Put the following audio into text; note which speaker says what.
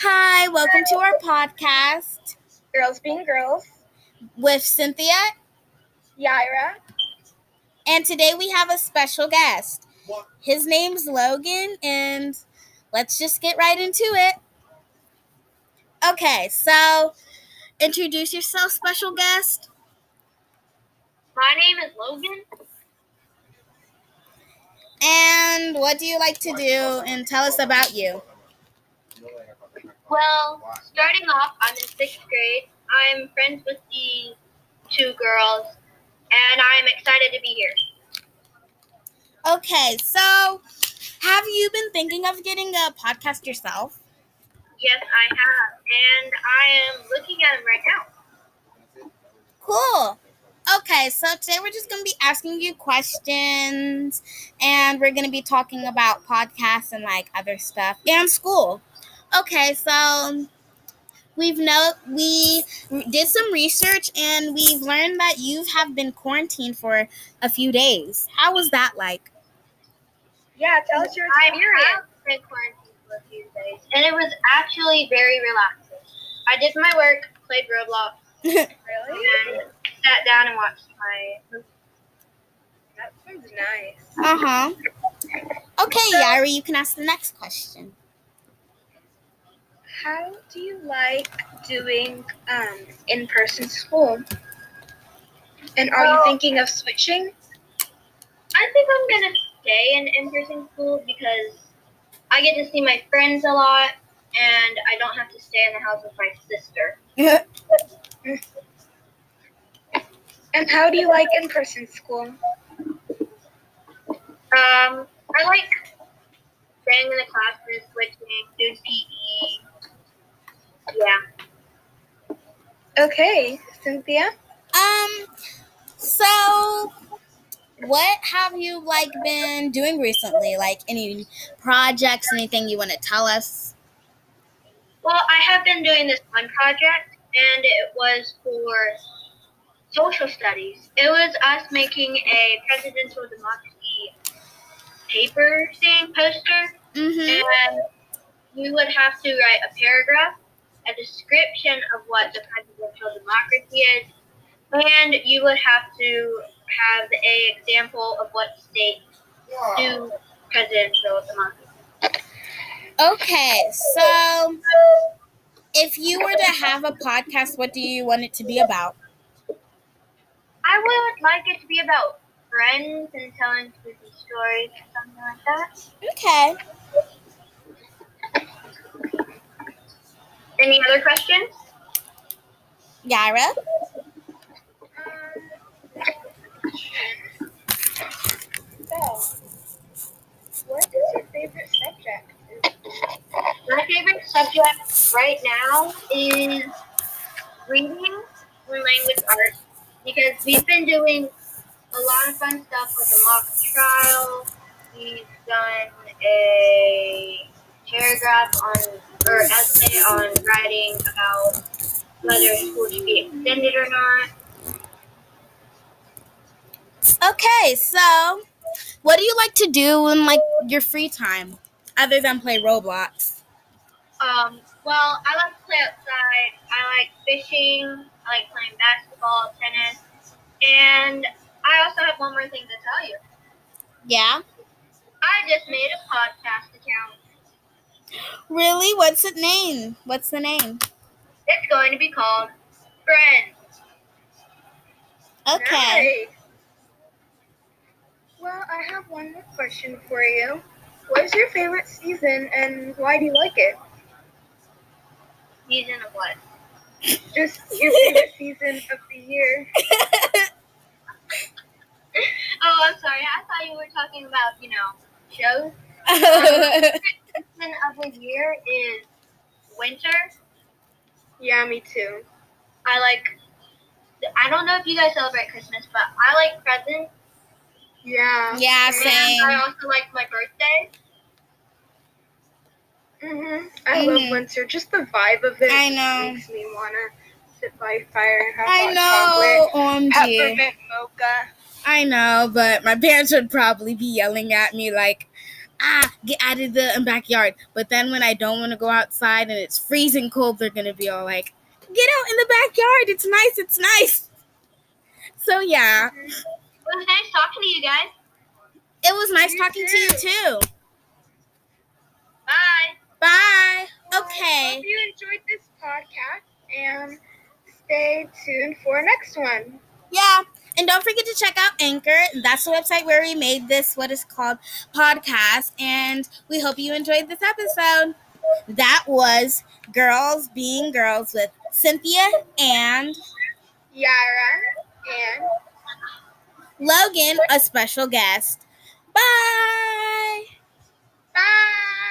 Speaker 1: Hi, welcome to our podcast
Speaker 2: Girls Being Girls,
Speaker 1: with Cynthia,
Speaker 2: Yaira.
Speaker 1: and today we have a special guest. His name's Logan, and let's just get right into it. Okay, so introduce yourself, special guest.
Speaker 2: My name is Logan.
Speaker 1: And what do you like to do? And tell us about you.
Speaker 2: Well, starting off, I'm in sixth grade. I'm friends with the two girls, and I'm excited to be here.
Speaker 1: Okay, so have you been thinking of getting a podcast yourself?
Speaker 2: Yes, I have, and I am looking at them right now.
Speaker 1: Cool. Okay, so today we're just going to be asking you questions and we're going to be talking about podcasts and like other stuff and school. Okay, so we've know we did some research and we've learned that you have been quarantined for a few days. How was that like?
Speaker 2: Yeah, tell us your experience. I have been quarantined for a few days, and it was actually very relaxing. I did my work, played Roblox, really, and sat down and watched my. That sounds nice.
Speaker 1: Uh-huh. Okay, Yari, you can ask the next question.
Speaker 2: How do you like doing um, in person school? And are you thinking of switching? I think I'm going to stay in in person school because I get to see my friends a lot and I don't have to stay in the house with my sister. And how do you like in person school? Um, I like staying in the classroom, switching, doing E. PE. Yeah.
Speaker 3: Okay, Cynthia.
Speaker 1: Um, so what have you like been doing recently? Like any projects, anything you want to tell us?
Speaker 2: Well, I have been doing this one project, and it was for social studies. It was us making a presidential democracy paper thing poster,
Speaker 1: Mm-hmm.
Speaker 2: and we would have to write a paragraph, a description of what the presidential democracy is, and you would have to have a example of what states do presidential democracy.
Speaker 1: Okay, so if you were to have a podcast, what do you want it to be about?
Speaker 2: I would like it to be about friends and telling spooky stories or something like that.
Speaker 1: Okay.
Speaker 2: Any other questions?
Speaker 1: Yara?
Speaker 3: So, what is your favorite subject?
Speaker 2: My favorite subject right now is reading and language arts because we've been doing a lot of fun stuff with a mock trial. We've done a paragraph on or essay on writing about whether school should be extended or not.
Speaker 1: Okay, so what do you like to do in like your free time other than play Roblox?
Speaker 2: Um, well, I like to play outside. I like fishing. I like playing basketball, tennis, and I also have one more thing to tell you.
Speaker 1: Yeah.
Speaker 2: I just made a podcast account.
Speaker 1: Really? What's it name? What's the name?
Speaker 2: It's going to be called Friends.
Speaker 1: Okay.
Speaker 2: Nice.
Speaker 3: Well, I have one more question for you. What is your favorite season and why do you like it?
Speaker 2: Season of what?
Speaker 3: Just your favorite season of the year.
Speaker 2: Oh, I'm sorry. I thought you were talking about you know shows. Season of the year is winter.
Speaker 3: Yeah, me too.
Speaker 2: I like. I don't know if you guys celebrate Christmas, but I like presents.
Speaker 3: Yeah.
Speaker 1: yeah,
Speaker 2: And I
Speaker 1: same.
Speaker 2: also like my birthday.
Speaker 3: hmm I
Speaker 1: Mhm.
Speaker 3: love winter. Just the vibe of it
Speaker 1: I know.
Speaker 3: makes me wanna sit by a fire and have
Speaker 1: I
Speaker 3: hot chocolate,
Speaker 1: know. OMG.
Speaker 3: peppermint mocha.
Speaker 1: I know, but my parents would probably be yelling at me like, ah, get out of the backyard. But then when I don't want to go outside and it's freezing cold, they're going to be all like, get out in the backyard. It's nice. It's nice. So, yeah,
Speaker 2: It was nice talking to you guys.
Speaker 1: it was nice
Speaker 3: You
Speaker 1: talking to
Speaker 3: too.
Speaker 1: you too.
Speaker 2: Bye.
Speaker 1: Bye.
Speaker 3: I
Speaker 1: Okay.
Speaker 3: hope you enjoyed this podcast and stay tuned for our next one.
Speaker 1: Yeah. And don't forget to check out Anchor. That's the website where we made this, what is called podcast. And we hope you enjoyed this episode. That was Girls Being Girls with Cynthia and
Speaker 3: Yara and
Speaker 1: Logan, a special guest. Bye.
Speaker 3: bye.